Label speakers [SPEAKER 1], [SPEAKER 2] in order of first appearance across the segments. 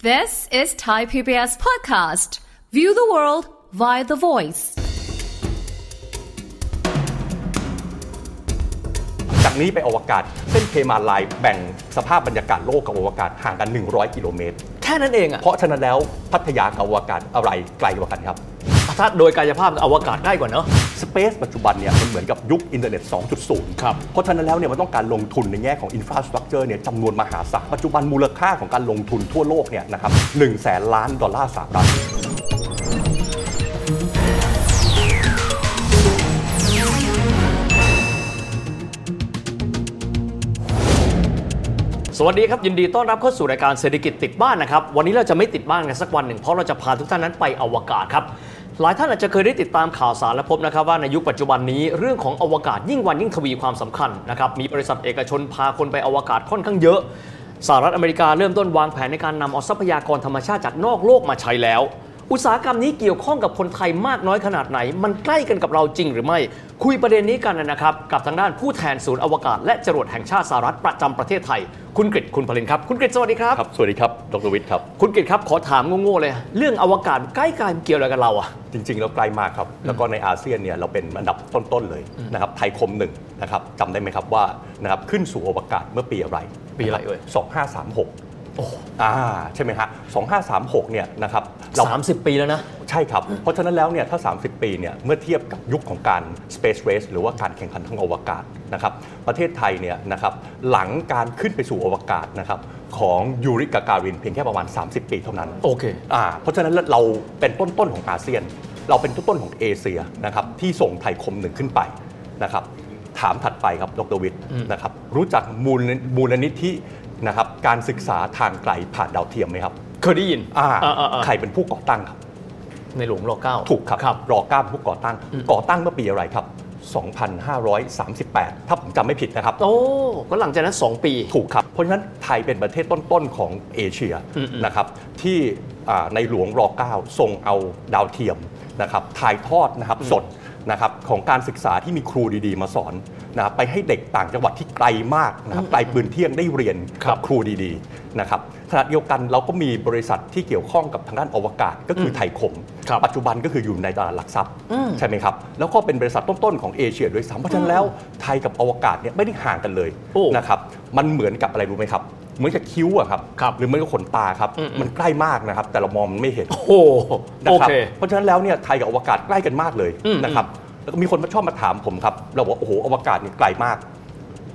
[SPEAKER 1] This is Thai PBS podcast. View the world via the voice.
[SPEAKER 2] จากนี้ไปอวกาศเส้นเพมาลายแบ่งสภาพบรรยากาศโลกกับอวกาศห่างกัน 100 กิโลเมตร
[SPEAKER 3] แค่นั้นเองอะ
[SPEAKER 2] เพราะฉะนั้นแล้วพัทยากับอวกาศอะไรไกลกว่ากันครับ
[SPEAKER 3] ถ้าโดยกายภาพอวกาศง่ายกว่าเนอะ
[SPEAKER 2] สเปซปัจจุบันเนี่ยมันเหมือนกับยุคอินเทอร์เน็ต 2.0
[SPEAKER 3] ครับ
[SPEAKER 2] เพราะฉะนั้นแล้วเนี่ยมันต้องการลงทุนในแง่ของอินฟราสตรักเจอร์เนี่ยจำนวนมหาศาล ปัจจุบันมูลค่าของการลงทุนทั่วโลกเนี่ยนะครับหนึ่งแสนล้านดอลลาร์สหรัฐ
[SPEAKER 3] สวัสดีครับ ยินดีต้อนรับเข้าสู่รายการเศรษฐกิจติดบ้านนะครับ วันนี้เราจะไม่ติดบ้านกันสักวันหนึ่งเพราะเราจะพาทุกท่านนั้นไปอวกาศครับ หลายท่านอาจจะเคยได้ติดตามข่าวสารและพบนะครับว่าในยุคปัจจุบันนี้เรื่องของอวกาศยิ่งวันยิ่งทวีความสำคัญนะครับมีบริษัทเอกชนพาคนไปอวกาศค่อนข้างเยอะ สหรัฐอเมริกาเริ่มต้นวางแผนในการนำเอาทรัพยากรธรรมชาติจากนอกโลกมาใช้แล้ว อุตสาหกรรมนี้เกี่ยวข้องกับคนไทยมากน้อยขนาดไหน มันใกล้กันกับเราจริงหรือไม่ คุยประเด็นนี้กันนะครับ กับทางด้านผู้แทนศูนย์อวกาศและจรวดแห่งชาติสหรัฐประจำประเทศไทย คุณกฤษคุณพลินครับ คุณกฤษสวัสดีครับ
[SPEAKER 2] ครับ สวัสดีครับ ดรวิทย์ครับ
[SPEAKER 3] คุณกฤษครับ ขอถามโง่ๆเลย เรื่องอวกาศใกล้กายมันเกี่ยวอะไรกับเราอะ
[SPEAKER 2] จริง ๆ แล้วไกลมากครับ แล้วก็ในอาเซียนเนี่ยเราเป็นอันดับต้น ๆ เลยนะครับ ไทยคมหนึ่งนะครับจำได้ไหมครับว่านะครับขึ้นสู่อวกาศเมื่อปีอะไร
[SPEAKER 3] ปีอะไรเอ่ย
[SPEAKER 2] 2536 โอ้อ่าใช่ไหมฮะ2536 เนี่ยนะครับเรา
[SPEAKER 3] สามสิบปีแล้วนะ
[SPEAKER 2] ใช่ครับ เพราะฉะนั้นแล้วเนี่ยถ้า 30 ปีเนี่ยเมื่อเทียบกับยุคของการ Space Race หรือว่าการแข่งขันทางอวกาศนะครับประเทศไทยเนี่ยนะครับหลังการขึ้นไปสู่อวกาศนะครับของยูริกาการินเพียงแค่ประมาณ 30 ปีเท่านั้น
[SPEAKER 3] โอเค
[SPEAKER 2] อ่าเพราะฉะนั้นเราเป็นต้นต้นๆของอาเซียน เราเป็นต้นต้นๆของเอเชียนะครับที่ส่งไทยคมหนึ่งขึ้นไปนะครับถามถัดไปครับดรวิทย์นะครับรู้จักมูลมูลนิธินะครับการศึกษาทางไกลผ่านดาวเทียมไหมครับ
[SPEAKER 3] เคยได้ยิน
[SPEAKER 2] อ่า
[SPEAKER 3] อ่าอ่า
[SPEAKER 2] ใครเป็นผู้ก่อตั้งครับ
[SPEAKER 3] ในหลวงรอเก้า
[SPEAKER 2] ถูกครับ
[SPEAKER 3] ครับ
[SPEAKER 2] รอเก้าผู้ก่อตั้ง ก่อตั้งเมื่อปีอะไรครับ 2,538 ถ้าผมจำไม่ผิดนะครับ
[SPEAKER 3] โอ้ก็หลังจากนั้นสองปี
[SPEAKER 2] ถูกครับ เพราะฉะนั้นไทยเป็นประเทศต้น ๆ ของเอเชีย
[SPEAKER 3] อืมๆ
[SPEAKER 2] นะครับที่อ่าในหลวงรอเก้าทรงเอาดาวเทียมนะครับถ่ายทอดนะครับสดนะครับของการศึกษาที่มีครูดี ๆ มาสอนนะครับไปให้เด็กต่างจังหวัดที่ไกลมากนะครับไกลปืนเที่ยงได้เรียนกับครูดีๆนะครับขณะเดียวกันเราก็มีบริษัทที่เกี่ยวข้องกับทางด้านอวกาศก็คือไทยคม
[SPEAKER 3] ครับ
[SPEAKER 2] ปัจจุบันก็คืออยู่ในตลาดหลักทรัพย์ใช่ไหมครับ แล้วก็เป็นบริษัทต้น ๆ ของเอเชียด้วยซ้ำเพราะฉะนั้นแล้วไทยกับอวกาศเนี่ยไม่ได้ห่างกันเลย
[SPEAKER 3] โอ้
[SPEAKER 2] นะครับมันเหมือนกับอะไรรู้ไหมครับ เหมือนกับคิ้วอะครับ
[SPEAKER 3] ครับ
[SPEAKER 2] หรือเหมือนกับขนตาครับ
[SPEAKER 3] อืมๆ
[SPEAKER 2] มันใกล้มากนะครับ แต่เรามองมันไม่เห็น
[SPEAKER 3] โอ้
[SPEAKER 2] นะ
[SPEAKER 3] โอ
[SPEAKER 2] ครับ
[SPEAKER 3] เค
[SPEAKER 2] เพราะฉะนั้นแล้วเนี่ยไทยกับอวกาศใกล้กันมากเลย
[SPEAKER 3] อืมๆ
[SPEAKER 2] นะครับแล้วก็มีคนมาชอบมาถามผมครับเราบอกว่าโอ้โหอวกาศเนี่ยไกลมาก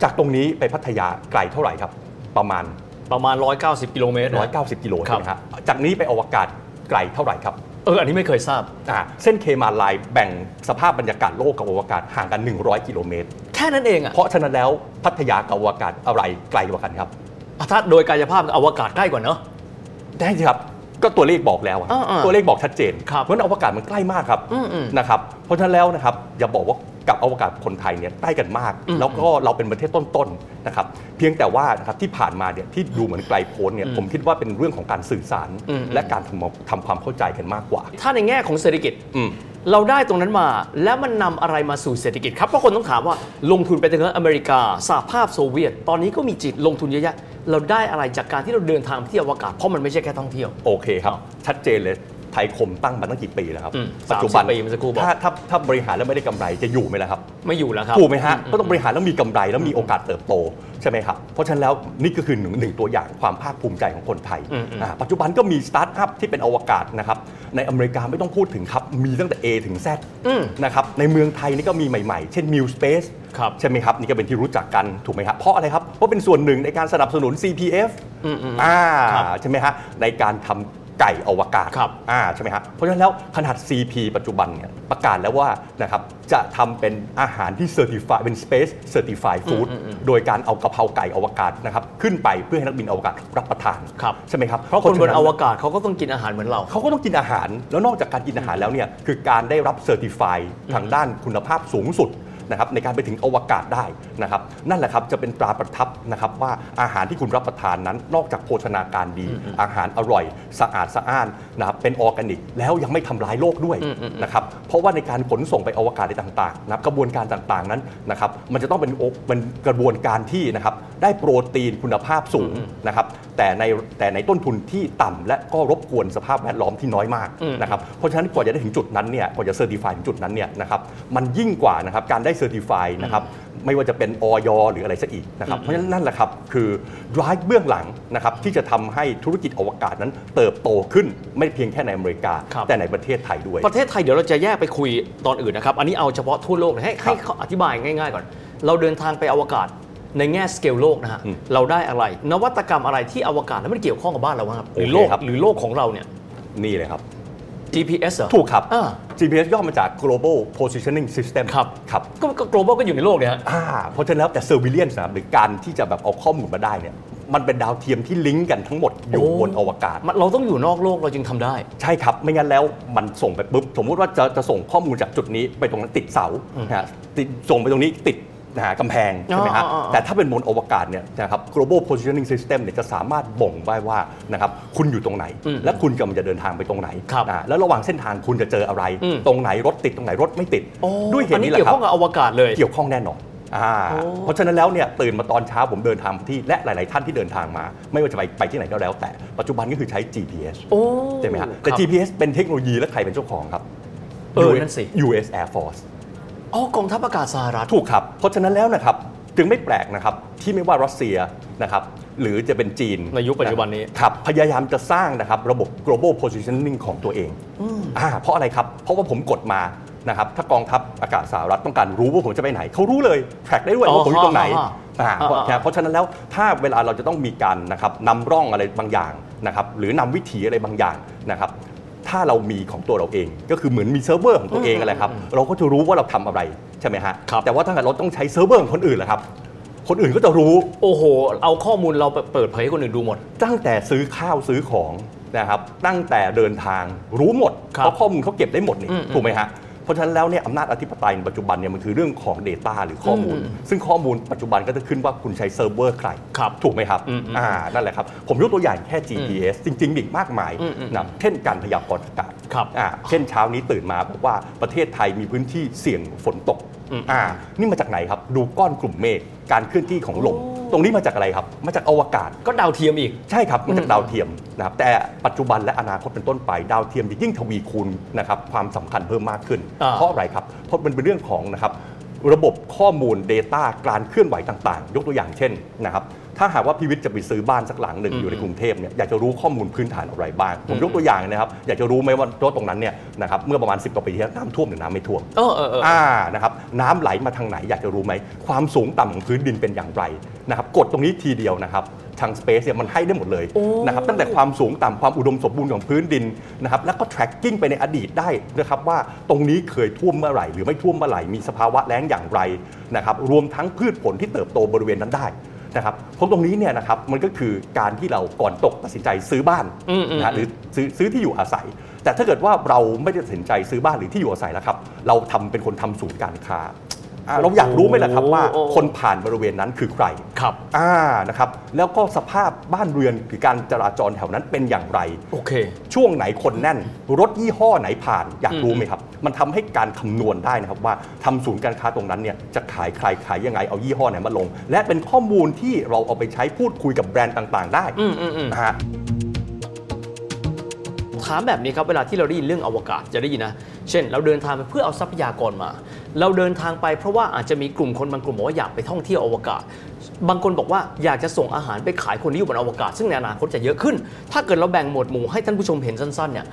[SPEAKER 2] จากตรงนี้ไปพัทยาไกลเท่าไหร่ครับ ประมาณ
[SPEAKER 3] ประมาณ 190กิโลเมตรนะ
[SPEAKER 2] 190 กิโล
[SPEAKER 3] ครั
[SPEAKER 2] ใช่
[SPEAKER 3] บ
[SPEAKER 2] ไหมครับจากนี้ไปอวกาศไกลเท่าไหร่ครับ
[SPEAKER 3] เอออันนี้ไม่เคยทราบ
[SPEAKER 2] อ่าเส้นเคมาลายแบ่งสภาพบรรยากาศโลกกับอวกาศห่างกัน 100 กิโลเมตร
[SPEAKER 3] แค่นั้นเองอะ
[SPEAKER 2] เพราะฉะนั้นแล้วพัทยากับอวกาศอะไรไกลกว่ากันครับ
[SPEAKER 3] ถ้าโดยกายภาพอวกาศใกล้กว่าเนอะ
[SPEAKER 2] ได้สิครับก็ตัวเลขบอกแล้วอะ
[SPEAKER 3] อ่าๆ
[SPEAKER 2] ตัวเลขบอกชัดเจน
[SPEAKER 3] ครับ
[SPEAKER 2] เพราะฉะนั้นอวกาศมันใกล้มากครับ
[SPEAKER 3] อืมๆ
[SPEAKER 2] นะครับเพราะฉะนั้นแล้วนะครับอย่าบอกว่ากับอวกาศคนไทยเนี่ยใกล้กันมาก
[SPEAKER 3] อืมๆ
[SPEAKER 2] แล้วก็เราเป็นประเทศต้นๆนะครับเพียงแต่ว่านะครับที่ผ่านมาเนี่ยที่ดูเหมือนไกลโพ้นเนี่ยผมคิดว่าเป็นเรื่องของการสื่อสาร
[SPEAKER 3] อืมๆ
[SPEAKER 2] และการทำทำความเข้าใจกันมากกว่า
[SPEAKER 3] ถ้าในแง่ของเศรษฐกิจ
[SPEAKER 2] อืม
[SPEAKER 3] เราได้ตรงนั้นมาแล้วมันนำอะไรมาสู่เศรษฐกิจครับเพราะคนต้องถามว่าลงทุนไปถึงอเมริกาสหภาพโซเวียต ตอนนี้ก็มีจิตลงทุนเยอะแยะเราได้อะไรจากการที่เราเดินทางไปที่อวกาศเพราะมันไม่ใช่แค่ท่องเที่ยว
[SPEAKER 2] โอเคครับ ชัดเจนเลยไทยคมตั้งมาตั้งกี่ปีแล้วครับ
[SPEAKER 3] อืม
[SPEAKER 2] ปัจจุบัน
[SPEAKER 3] 30ปีเมื่อสักครู่บอก
[SPEAKER 2] ถ้าถ้าถ้าบริหารแล้วไม่ได้กำไรจะอยู่ไหมล่ะครับ
[SPEAKER 3] ไม่อยู่แล้วครับ
[SPEAKER 2] ถูกไหมฮะก็ต้องบริหารแล้วมีกำไรแล้วมีโอกาสเติบโตใช่ไหมครับ เพราะฉะนั้นแล้วนี่ก็คือหนึ่งหนึ่งตัวอย่างความภาคภูมิใจของคนไทย
[SPEAKER 3] อืมอืม
[SPEAKER 2] อ่าปัจจุบันก็มีสตาร์ทอัพที่เป็นอวกาศนะครับในอเมริกาไม่ต้องพูดถึงครับ มีตั้งแต่ A ถึง Z
[SPEAKER 3] อืม
[SPEAKER 2] นะครับในเมืองไทยนี่ก็มีใหม่ๆ เช่น New Space
[SPEAKER 3] ครับ
[SPEAKER 2] ใช่ไหมครับ นี่ก็เป็นที่รู้จักกันถูกไหมครับเพราะอะไรครับ เพราะเป็นส่วนหนึ่งในการสนับสนุน CPF
[SPEAKER 3] อืมอืม
[SPEAKER 2] อ่า
[SPEAKER 3] ครับ
[SPEAKER 2] ใช่ไหมฮะในการทำไก่อวกาศ
[SPEAKER 3] ครับ
[SPEAKER 2] อ่าใช่ไหมฮะเพราะฉะนั้นแล้วขนาด CP ปัจจุบันเนี่ยประกาศแล้วว่านะครับจะทำเป็นอาหารที่เซอร์ติฟายเป็น Space Certified Food โดยการเอากะเพราไก่อวกาศนะครับขึ้นไปเพื่อให้นักบินอวกาศรับประทาน
[SPEAKER 3] ครับ
[SPEAKER 2] ใช่ไหมครับ
[SPEAKER 3] เพราะคนบนอวกาศเขาก็ต้องกินอาหารเหมือนเรา
[SPEAKER 2] เขาก็ต้องกินอาหาร แล้วนอกจากการกินอาหารแล้วเนี่ยคือการได้รับเซอร์ติฟายทางด้านคุณภาพสูงสุดนะครับในการไปถึงอวกาศได้นะครับนั่นแหละครับจะเป็นตราประทับนะครับว่าอาหารที่คุณรับประทานนั้น นอกจากโภชนาการดี อาหารอร่อย สะอาดสะอ้านนะครับเป็นออร์แกนิก แล้วยังไม่ทำร้ายโลกด้วยนะครับเพราะว่าในการขนส่งไปอวกาศในต่างๆนะครับกระบวนการต่างๆนั้นนะครับมันจะต้องเป็นโอเป็นกระบวนการที่นะครับ ได้โปรตีนคุณภาพสูงนะครับแต่ในแต่ในต้นทุนที่ต่ำและก็รบกวนสภาพแวดล้อมที่น้อยมากนะครับเพราะฉะนั้นกว่าจะได้ถึงจุดนั้นเนี่ยกว่าจะเซอร์ติฟายถึงจุดนั้นเนี่ยนะครับมันยิ่งกว่านะครับการได้เซอร์ติฟายนะครับไม่ว่าจะเป็นออยหรืออะไรซะอีกนะครับเพราะฉะนั้นนั่นแหละครับคือ drive เบื้องหลังนะครับที่จะทำให้ธุรกิจอวกาศนั้นเติบโตขึ้นไม่เพียงแค่ในอเมริกา
[SPEAKER 3] ครับ
[SPEAKER 2] แต่ในประเทศไทยด้วย
[SPEAKER 3] ประเทศไทยเดี๋ยวเราจะแยกไปคุยตอนอื่นนะครับ อันนี้เอาเฉพาะทั่วโลกนะให้ให้เขาอธิบายง่ายๆก่อน เราเดินทางไปอวกาศในแง่สเกลโลกนะฮะ
[SPEAKER 2] อืม
[SPEAKER 3] เราได้อะไร นวัตกรรมอะไรที่อวกาศแล้วมันเกี่ยวข้องกับบ้านเราบ้างครับหรือโลก
[SPEAKER 2] โอเคครับ
[SPEAKER 3] หรือโลกของเราเนี่ย
[SPEAKER 2] นี่เลยครับ
[SPEAKER 3] GPS เหรอ
[SPEAKER 2] ถูกครับ
[SPEAKER 3] อ่า
[SPEAKER 2] GPS ย่อมาจาก global positioning system
[SPEAKER 3] ครับ
[SPEAKER 2] ครับ
[SPEAKER 3] ก็ก็ global ก็อยู่ในโลกเนี่ยฮะ
[SPEAKER 2] อ่าเพราะฉะนั้นแล้วแต่ surveillance นะครับหรือการที่จะแบบเอาข้อมูลมาได้เนี่ยมันเป็นดาวเทียมที่ลิงก์กันทั้งหมดอยู่
[SPEAKER 3] โอ้
[SPEAKER 2] บนอวกาศ
[SPEAKER 3] มันเราต้องอยู่นอกโลกเราจึงทำได้
[SPEAKER 2] ใช่ครับ ไม่งั้นแล้วมันส่งไปปุ๊บ สมมุติว่าจะจะส่งข้อมูลจากจุดนี้ไปตรงนั้นติดเสานะฮะติดส่งไปตรงนี้ติดนะฮะกำแพง ใช่ไหมฮะ
[SPEAKER 3] อ๋ออ๋ออ๋อ
[SPEAKER 2] แต่ถ้าเป็นบนอวกาศเนี่ยนะครับ global positioning system เนี่ยจะสามารถบ่งได้ว่านะครับคุณอยู่ตรงไหน และคุณกำลังจะเดินทางไปตรงไหน
[SPEAKER 3] ครับ
[SPEAKER 2] อ่าแล้วระหว่างเส้นทางคุณจะเจออะไร
[SPEAKER 3] อืม
[SPEAKER 2] ตรงไหนรถติดตรงไหนรถไม่ติด
[SPEAKER 3] โอ้
[SPEAKER 2] ด้วยเห
[SPEAKER 3] อั
[SPEAKER 2] ตุ
[SPEAKER 3] นนี้
[SPEAKER 2] นี้แห
[SPEAKER 3] เกี่ยว
[SPEAKER 2] ละครั
[SPEAKER 3] ข้
[SPEAKER 2] บ
[SPEAKER 3] องกับอวกาศเลย
[SPEAKER 2] เกี่ยวข้องแน่นอนอ่า
[SPEAKER 3] โอ้
[SPEAKER 2] เพราะฉะนั้นแล้วเนี่ยตื่นมาตอนเช้าผมเดินทางที่และหลาย ๆ ท่านที่เดินทางมา ไม่ว่าจะไปไปที่ไหนก็แล้ว แต่ปัจจุบันก็คือใช้ GPS
[SPEAKER 3] โอ้
[SPEAKER 2] ใช่ไหมฮะแต่
[SPEAKER 3] ครับ
[SPEAKER 2] GPS เป็นเทคโนโลยีและใครเป็นเจ้าของครับ
[SPEAKER 3] เออ
[SPEAKER 2] US
[SPEAKER 3] นั่นสิ
[SPEAKER 2] US Air Force
[SPEAKER 3] อ๋อกองทัพอากาศสหรัฐ
[SPEAKER 2] ถูกครับ เพราะฉะนั้นแล้วนะครับ จึงไม่แปลกนะครับ ที่ไม่ว่ารัสเซียนะครับ หรือจะเป็นจีน
[SPEAKER 3] ในยุคปัจจุบันนี้
[SPEAKER 2] ครับพยายามจะสร้างนะครับ ระบบ global positioning ของตัวเองอ่าเพราะอะไรครับ เพราะว่าผมกดมานะครับ ถ้ากองทัพอากาศสหรัฐต้องการรู้ว่าผมจะไปไหน เขารู้เลย แทร็กได้ด้วยว่าผมอยู่ตรงไหน อ่าเพราะ
[SPEAKER 3] อ่า
[SPEAKER 2] เพราะฉะนั้นแล้วถ้าเวลาเราจะต้องมีการนะครับนำร่องอะไรบางอย่างนะครับหรือนำวิถีอะไรบางอย่างนะครับถ้าเรามีของตัวเราเอง ก็คือเหมือนมีเซิร์ฟเวอร์ของตัวเองอะไรครับเราก็จะรู้ว่าเราทำอะไรใช่ไหมฮะ
[SPEAKER 3] ครับ
[SPEAKER 2] แต่ว่าถ้าเกิดเราต้องใช้เซิร์ฟเวอร์ของคนอื่นละครับ คนอื่นก็จะรู้
[SPEAKER 3] โอ้โห เอาข้อมูลเราไปเปิดเผยให้คนอื่นดูหมด
[SPEAKER 2] ตั้งแต่ซื้อข้าวซื้อของนะครับตั้งแต่เดินทางรู้หมด
[SPEAKER 3] ครับ
[SPEAKER 2] เพราะข้อมูลเขาเก็บได้หมดนี่
[SPEAKER 3] อืมอืม
[SPEAKER 2] ถูกไหมฮะเพราะฉะนั้นแล้วเนี่ยอำนาจอธิปไตยในปัจจุบันเนี่ยมันคือเรื่องของ Data หรือข้อมูล ซึ่งข้อมูลปัจจุบันก็จะขึ้นว่าคุณใช้เซิร์ฟเวอร์ใคร
[SPEAKER 3] ครับ
[SPEAKER 2] ถูกไหมครับ
[SPEAKER 3] อืมอืม
[SPEAKER 2] อ่า นั่นแหละครับ ผมยกตัวอย่างแค่ GPS จริง ๆ อีกมากมาย
[SPEAKER 3] อืมอืม
[SPEAKER 2] นะเช่นการพยากรณ์อากาศ
[SPEAKER 3] ครับ
[SPEAKER 2] อ่า เช่นเช้านี้ตื่นมาบอกว่าประเทศไทยมีพื้นที่เสี่ยงฝนตก
[SPEAKER 3] อืม
[SPEAKER 2] อ่า นี่มาจากไหนครับ ดูก้อนกลุ่มเมฆ การเคลื่อนที่ของลม ตรงนี้มาจากอะไรครับ มาจากอวกาศ
[SPEAKER 3] ก็ดาวเทียมอีก
[SPEAKER 2] ใช่ครับ มาจากดาวเทียมนะครับ แต่ปัจจุบันและอนาคตเป็นต้นไป ดาวเทียมจะยิ่งทวีคูณนะครับความสำคัญเพิ่มมากขึ้น
[SPEAKER 3] อ่า
[SPEAKER 2] เพราะอะไรครับ เพราะมันเป็นเรื่องของนะครับระบบข้อมูล Data การเคลื่อนไหวต่างๆ ยกตัวอย่างเช่นนะครับ ถ้าหากว่าพิวิทย์จะไปซื้อบ้านสักหลังหนึ่งอยู่ในกรุงเทพเนี่ยอยากจะรู้ข้อมูลพื้นฐานอะไรบ้าง ผมยกตัวอย่างนะครับ อยากจะรู้ไหมว่ารถตรงนั้นเนี่ยนะครับเมื่อประมาณ 10กว่าปีที่แล้วน้ำท่วมหรือน้ำไม่ท่วม
[SPEAKER 3] เออเออเออ
[SPEAKER 2] อ่านะครับน้ำไหลมาทางไหนอยากจะรู้ไหม ความสูงต่ำของพื้นดินเป็นอย่างไรนะครับกดตรงนี้ทีเดียวนะครับทาง Space เนี่ยมันให้ได้หมดเลยนะครับตั้งแต่ความสูงต่ำความอุดมสมบูรณ์ของพื้นดินนะครับแล้วก็ tracking ไปในอดีตได้นะครับว่าตรงนี้เคยท่วมเมื่อไหร่ หรือไม่ท่วมเมื่อไหร่มีสภาวะแล้งอย่างไรนะครับรวมทั้งพืชผลที่เติบโตบริเวณนั้นได้นะครับเพราะตรงนี้เนี่ยนะครับมันก็คือการที่เราก่อนตกตัดสินใจซื้อบ้าน
[SPEAKER 3] อืมอืม
[SPEAKER 2] นะฮะ หรือซื้อซื้อที่อยู่อาศัย แต่ถ้าเกิดว่าเราไม่ได้ตัดสินใจซื้อบ้านหรือที่อยู่อาศัยแล้วครับ เราทำเป็นคนทำศูนย์การค้าอ่ะเราอยากรู้ไหมล่ะครับว่า
[SPEAKER 3] โอ้โอ้
[SPEAKER 2] คนผ่านบริเวณนั้นคือใคร
[SPEAKER 3] ครับ
[SPEAKER 2] อ่านะครับแล้วก็สภาพบ้านเรือนหรือการจราจรแถวนั้นเป็นอย่างไร
[SPEAKER 3] โอเค
[SPEAKER 2] ช่วงไหนคนแน่น รถยี่ห้อไหนผ่านอยากรู้ไหมครับ มันทำให้การคำนวณได้นะครับว่าทำศูนย์การค้าตรงนั้นเนี่ยจะขายใครขายยังไงเอายี่ห้อไหนมาลง และเป็นข้อมูลที่เราเอาไปใช้พูดคุยกับแบรนด์ต่าง ๆ ได้
[SPEAKER 3] อืมอืมอืม
[SPEAKER 2] นะฮะ
[SPEAKER 3] ถามแบบนี้ครับ เวลาที่เราได้ยินเรื่องอวกาศจะได้ยินนะ เช่น เราเดินทางไปเพื่อเอาทรัพยากรมา เราเดินทางไปเพราะว่าอาจจะมีกลุ่มคนบางกลุ่มบอกว่าอยากไปท่องเที่ยวอวกาศ บางคนบอกว่าอยากจะส่งอาหารไปขายคนที่อยู่บนอวกาศ ซึ่งในอนาคตจะเยอะขึ้น ถ้าเกิดเราแบ่งหมวดหมู่ให้ท่านผู้ชมเห็นสั้นๆเนี่ย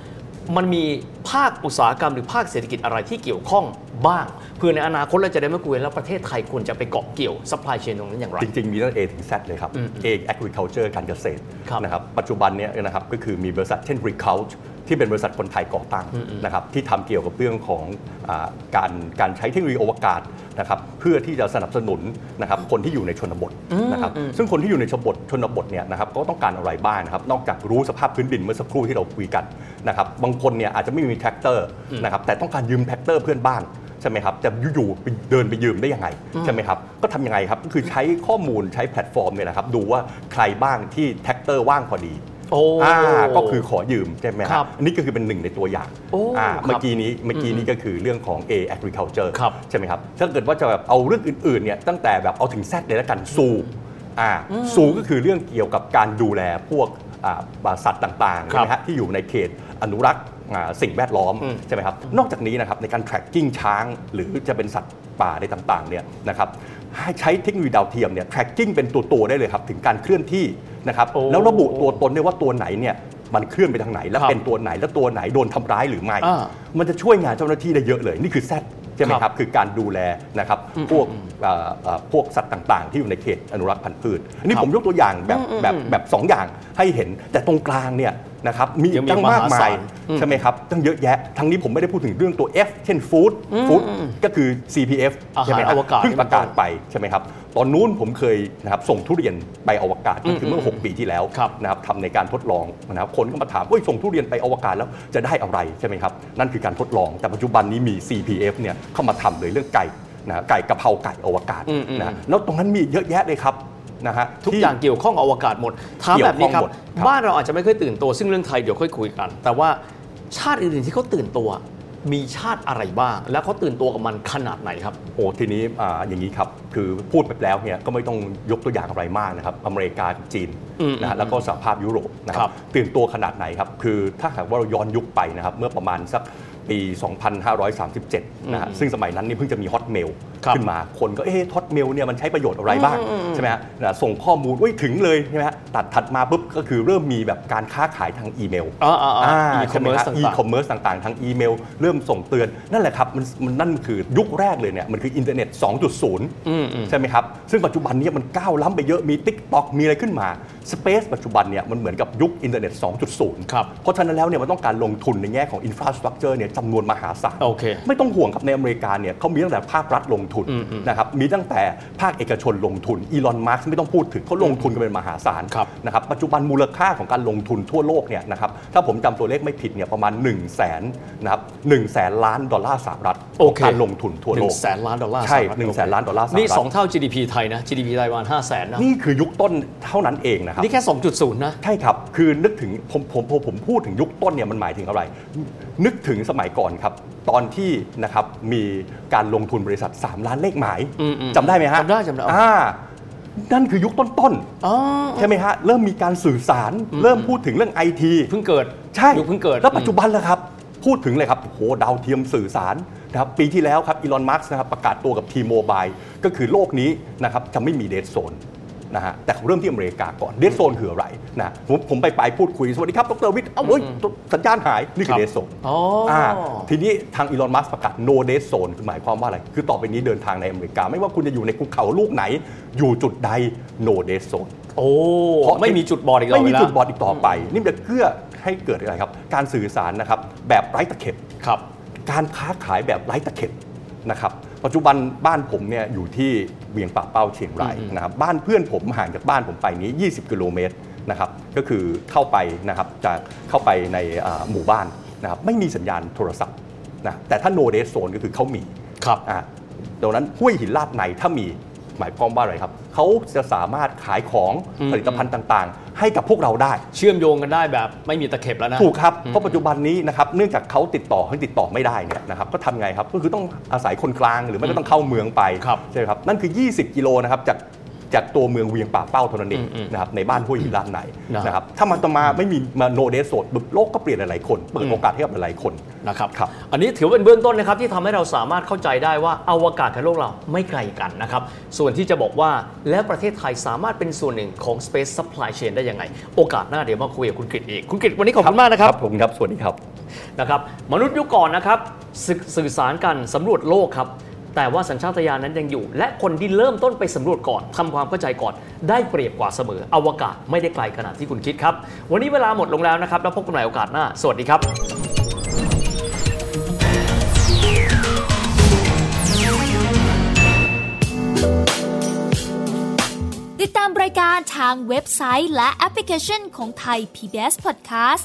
[SPEAKER 3] มันมีภาคอุตสาหกรรมหรือภาคเศรษฐกิจอะไรที่เกี่ยวข้องบ้างเพื่อในอนาคตเราจะได้ไม่กลัวแล้วประเทศไทยควรจะไปเกาะเกี่ยวซัพพลายเชนตรงนั้นอย่างไร
[SPEAKER 2] จริง ๆ มีตั้ง A ถึง Z เลยครับ A agriculture การเกษตร
[SPEAKER 3] ครับ
[SPEAKER 2] นะครับปัจจุบันเนี้ยนะครับก็คือมีบริษัทเช่น r e c o u t ที่เป็นบริษัทคนไทยก่อตั้งนะครับที่ทำเกี่ยวกับเรื่องของอาการการใช้เทคโนโลยีอวกาศนะครับเพื่อที่จะสนับสนุนนะครับคนที่อยู่ในชนบทนะครับซึ่งคนที่อยู่ในชนบทชนบทเนี่ยนะครับก็ต้องการอะไรบ้างนะครับนอกจากรู้สภาพพื้นดินเมื่อสักครู่ที่เราคุยกันนะครับบางคนเนี่ยอาจจะไม่มีแท็กเตอร์นะครับแต่ต้องการยืมแท็กเตอร์เพื่อนบ้าน ใช่ไหมครับแต่อยู่ๆไปเดินไปยืมได้ยังไงใช่ไหมครับก็ทำยังไงครับก็คือใช้ข้อมูลใช้แพลตฟอร์มเนี่ยนะครับดูว่าใครบ้างที่แท็กเตอร์ว่างพอดี
[SPEAKER 3] โอ้
[SPEAKER 2] อ่าก็คือขอยืมใช่ไหมค
[SPEAKER 3] ครั
[SPEAKER 2] รั
[SPEAKER 3] บบ
[SPEAKER 2] อันนี้ก็คือเป็นหนึ่งในตัวอย่าง
[SPEAKER 3] โอ้
[SPEAKER 2] อ่า
[SPEAKER 3] ครับ
[SPEAKER 2] เมื่อกี้นี้เมื่อกี้นี้ก็คือเรื่องของ A agriculture
[SPEAKER 3] ครับ
[SPEAKER 2] ใช่ไหมครับถ้าเกิดว่าจะแบบเอาเรื่องอื่นๆเนี่ยตั้งแต่แบบเอาถึง Z เลยละกันซู อ่าสูงก็คือเรื่องเกี่ยวกับการดูแลพวกอ่าสัตว์ต่างๆ
[SPEAKER 3] ครับ
[SPEAKER 2] นะฮะที่อยู่ในเขตอนุรักษ์อ่าสิ่งแวดล้อม
[SPEAKER 3] อืม
[SPEAKER 2] ใช่ไหมครับนอกจากนี้นะครับในการ tracking ช้าง หรือจะเป็นสัตว์ป่าในต่างๆเนี่ยนะครับให้ใช้เทคโนโลยีดาวเทียมเนี่ย tracking เป็นตัวๆได้เลยครับถึงการเคลื่อนที่นะครับแล้วระบุตัวตนได้ว่าตัวไหนเนี่ยมันเคลื่อนไปทางไหน และเป็นตัวไหนและตัวไหนโดนทำร้ายหรือไม่
[SPEAKER 3] อ่า
[SPEAKER 2] มันจะช่วยงานเจ้าหน้าที่ได้เยอะเลย นี่คือแซดใช่ไหมครับ คือการดูแลนะครับพวกเอ่อเอ่อพวกสัตว์ต่างๆ ที่อยู่ในเขตอนุรักษ์พันธุ์พืช อันนี้ผมยกตัวอย่างแบบแบบแบบสองอย่างให้เห็นแต่ตรงกลางเนี่ยนะครับมีอี
[SPEAKER 3] ยั
[SPEAKER 2] ก
[SPEAKER 3] งมี
[SPEAKER 2] ตั้งมากมาย
[SPEAKER 3] มหาศาล
[SPEAKER 2] ใช่ไหมครับตั้งเยอะแยะ ทั้งนี้ผมไม่ได้พูดถึงเรื่องตัว F เช่นฟู้ดฟู้ดก็คือ CPF
[SPEAKER 3] อาหาร
[SPEAKER 2] ใช่ไหมครั
[SPEAKER 3] อวกาศ
[SPEAKER 2] เพิ่งประกาศไปใช่ไหมครับ ตอนนู้นผมเคยนะครับส่งทุเรียนไปอวกาศนั่นคือเมื่อ 6 ปีที่แล้ว
[SPEAKER 3] ครับ
[SPEAKER 2] นะครับทำในการทดลองนะครับคนก็มาถามเอ้ยส่งทุเรียนไปอวกาศแล้วจะได้อะไรใช่ไหมครับ นั่นคือการทดลอง แต่ปัจจุบันนี้มี CPF เนี่ยเข้ามาทำเลยเรื่องไก่นะฮะไก่กะเพราไก่อวกาศ
[SPEAKER 3] อืมอืม
[SPEAKER 2] นะฮะแล้วตรงนั้นมีเยอะแยะเลยครับนะฮะ
[SPEAKER 3] ทุก
[SPEAKER 2] ที่
[SPEAKER 3] อย่างเกี่ยวข้องอวกาศหมดถามแบบนี้ครับ
[SPEAKER 2] เกี่ยวข้องหมดครับ
[SPEAKER 3] บ้านเราอาจจะไม่เคยตื่นตัวซึ่งเรื่องไทยเดี๋ยวค่อยคุยกัน แต่ว่าชาติอื่นๆที่เขาตื่นตัว มีชาติอะไรบ้าง และเขาตื่นตัวกับมันขนาดไหนครับ
[SPEAKER 2] โอ้ทีนี้อ่าอย่างนี้ครับ คือพูดไปแล้วเนี่ยก็ไม่ต้องยกตัวอย่างอะไรมากนะครับอเมริกากับจีน
[SPEAKER 3] อืม
[SPEAKER 2] นะฮะแล้วก็สหภาพยุโรปนะค
[SPEAKER 3] ครั
[SPEAKER 2] รับบ ตื่นตัวขนาดไหนครับ คือถ้าหากว่าเราย้อนยุคไปนะครับเมื่อประมาณสักปี 2537 นะฮะซึ่งสมัยนั้นนี่เพิ่งจะมีฮอตเมล
[SPEAKER 3] ครับ
[SPEAKER 2] ขึ้นมาคนก็เอ๊ะฮอตเมลเนี่ยมันใช้ประโยชน์อะไรบ้างใช่ไหมฮะนะส่งข้อมูลอุ้ยถึงเลยใช่ไหมฮะตัดถัดมาปุ๊บก็คือเริ่มมีแบบการค้าขายทางอีเมล
[SPEAKER 3] อ่าๆๆ
[SPEAKER 2] ใช่ไหมฮะ
[SPEAKER 3] e-commerce ต่างๆ
[SPEAKER 2] e-commerce คอมเมอร์สต่างๆ ทางอีเมล เริ่มส่งเตือน นั่นแหละครับมันมันนั่นคือยุคแรกเลยเนี่ย มันคืออินเทอร์เน็ต 2.0 ใช่ไหมครับ ซึ่งปัจจุบันเนี้มันก้าวล้ำไปเยอะมี t ิ k t o k มีอะไรขึ้นมา Space ปัจจุบันเนี่ยมันเหมือนกับยุคอินเทอร์เน็ต 2.0
[SPEAKER 3] ครับ
[SPEAKER 2] เพราะฉะนั้นแล้วเนี่ยมันต้องการลงทุนในแง่ของอินฟราสตรักเจอร์เนี่ยจำนวนมหาศาล
[SPEAKER 3] โอเค
[SPEAKER 2] ไม่ต้องห่วงครับในอเมริกาเนี่ยเขามีตั้งแต่ภาครัฐลงทุนนะครับมีตั้งแต่ภาคเอกชนลงทุนอีลอนมาร์ไม่ต้องพูดถึงเขาลงทุนกันเป็นมหาศาล
[SPEAKER 3] ครับ
[SPEAKER 2] นะครับปัจจุบันมูลค่าของการลงทุนทั่วโลกเนี่ยนะครับถ้าผมจำตัวเลขไม่ผิดเนี่ยประมาณ1นึ่งแสนนะครับหนึ่งแสนล้านดอลลาร์สหรัฐ
[SPEAKER 3] โอเค
[SPEAKER 2] การลงทุนทั่ว
[SPEAKER 3] ห
[SPEAKER 2] โล
[SPEAKER 3] นึ่
[SPEAKER 2] ก
[SPEAKER 3] งแสนล้านดอลลาร์
[SPEAKER 2] ใช่
[SPEAKER 3] สหรัฐ
[SPEAKER 2] หนึ่งแสนล้านดอลลาร์สหรัฐ
[SPEAKER 3] นี่สองเท่า GDP ไทยนะ GDP ไทยประมาณห้าแสนนะ
[SPEAKER 2] นี่คือยุคต้นเท่านั้นเองนะครับ
[SPEAKER 3] นี่แค่ 2.0 นะ
[SPEAKER 2] ใช่ครับ คือนึกถึงผมผมผมผมพูดถึงยุคต้นเนี่ยมันหมายถึงอะไร นึกถึงสมัยก่อนครับ ตอนที่นะครับมีการลงทุนบริษัท 3 ล้านเลขหมาย
[SPEAKER 3] อืมอืม
[SPEAKER 2] จำได้ไหมฮะ
[SPEAKER 3] จำได้จำได้
[SPEAKER 2] อ่านั่นคือยุคต้น
[SPEAKER 3] อ๋อ
[SPEAKER 2] ๆใช่ไหมฮะเริ่มมีการสื่อสารเริ่มพูดถึงเรื่องไอที
[SPEAKER 3] เพิ่งเกิด
[SPEAKER 2] ใช่
[SPEAKER 3] ยุคเพิ่งเกิด
[SPEAKER 2] แล้วปัจจุบันล่ะครับ พูดถึงเลยครับโอ้โหดาวเทียมสื่อสารนะครับปีที่แล้วครับอีลอนมาร์กนะครับประกาศตัวกับทีโมบายก็คือโลกนี้นะครับจะไม่มีเด z โซนนะฮะแต่เขาเริ่มที่อเมริกาก่อนเด z โซนคืออะไรนะผมผมไปไปพูดคุย สวัสดีครับดรวิทย์เอ้าเฮ้ยสัญญาณหาย นี่คือ
[SPEAKER 3] ครับ
[SPEAKER 2] เด z โซน
[SPEAKER 3] อ๋ออ่
[SPEAKER 2] ทีนี้ทางอีลอนมาร์กประกาศ no dead zone คือหมายความว่าอะไร คือต่อไปนี้เดินทางในอเมริกา ไม่ว่าคุณจะอยู่ในภูเขาลูกไหน อยู่จุดใด no dead zone
[SPEAKER 3] โอ้
[SPEAKER 2] เพราะ
[SPEAKER 3] ไม่มีจุดบอดอีกต่อ
[SPEAKER 2] ไม่
[SPEAKER 3] ไป
[SPEAKER 2] มี
[SPEAKER 3] แล้ว
[SPEAKER 2] จุดบอดอีกต่อไป นี่มันจะเกื้อให้เกิดอะไรครับ การสื่อสารนะครับแบบไร้ตะเข็บ
[SPEAKER 3] ครับ
[SPEAKER 2] การค้าขายแบบไร้ตะเข็บนะครับ ปัจจุบันบ้านผมเนี่ยอยู่ที่เวียงป่าเป้าเชียงรายนะครับ บ้านเพื่อนผมห่างจากบ้านผมไปนี้ 20 กิโลเมตรนะครับ ก็คือเข้าไปนะครับจะเข้าไปในอ่าหมู่บ้านนะครับไม่มีสัญญาณโทรศัพท์นะแต่ถ้าโนเดสโซนก็คือเขามี
[SPEAKER 3] ครับ
[SPEAKER 2] อ่ะดังนั้นห้วยหินลาดในถ้ามีหมายความว่าอะไรครับ เขาจะสามารถขายของผลิตภัณฑ์ต่างๆ ให้กับพวกเราได้
[SPEAKER 3] เชื่อมโยงกันได้แบบไม่มีตะเข็บแล้วนะ
[SPEAKER 2] ถูกครับ เพราะปัจจุบันนี้นะครับ เนื่องจากเขาติดต่อเขาติดต่อไม่ได้เนี่ยนะครับ ก็ทำไงครับ ก็คือต้องอาศัยคนกลางหรือไม่ก็ต้องเข้าเมืองไป
[SPEAKER 3] ครับ
[SPEAKER 2] ใช่ไหมครับ นั่นคือ 20 กิโลนะครับจากจากตัวเมืองเวียงป่าเป้าเท่านั้นเองนะครับในบ้านห้วยหินลาดใน
[SPEAKER 3] นะ
[SPEAKER 2] นะครับถ้ามันต่อมาไม่มีมาโนเดสโซดโลกก็เปลี่ยนหลายๆคนเปิดโอกาสให้กับหลายๆคน
[SPEAKER 3] นะครับ
[SPEAKER 2] ครับ
[SPEAKER 3] อันนี้ถือว่าเป็นเบื้องต้นนะครับที่ทำให้เราสามารถเข้าใจได้ว่าอวกาศกับโลกเราไม่ไกลกันนะครับ ส่วนที่จะบอกว่าและประเทศไทยสามารถเป็นส่วนหนึ่งของ Space Supply Chain ได้ยังไง โอกาสหน้าเดี๋ยวมาคุยกับคุณกฤษอีก คุณกฤษวันนี้ขอบคุณมากนะครับ
[SPEAKER 2] ผมครับสวัสดีครับ
[SPEAKER 3] นะครับมนุษย์ยุคก่อนนะครับสอสื่อสารกันสำรวจโลกครับ แต่ว่าสัญชาตญาณนั้นยังอยู่ และคนที่เริ่มต้นไปสำรวจก่อนทำความเข้าใจก่อน ได้เปรียบกว่าเสมอ อวกาศไม่ได้ไกลขนาดที่คุณคิดครับ วันนี้เวลาหมดลงแล้วนะครับ แล้วพบกันใหม่โอกาสหน้า สวัสดีครับ
[SPEAKER 4] ติดตามรายการทางเว็บไซต์และแอปพลิเคชันของไทย PBS Podcast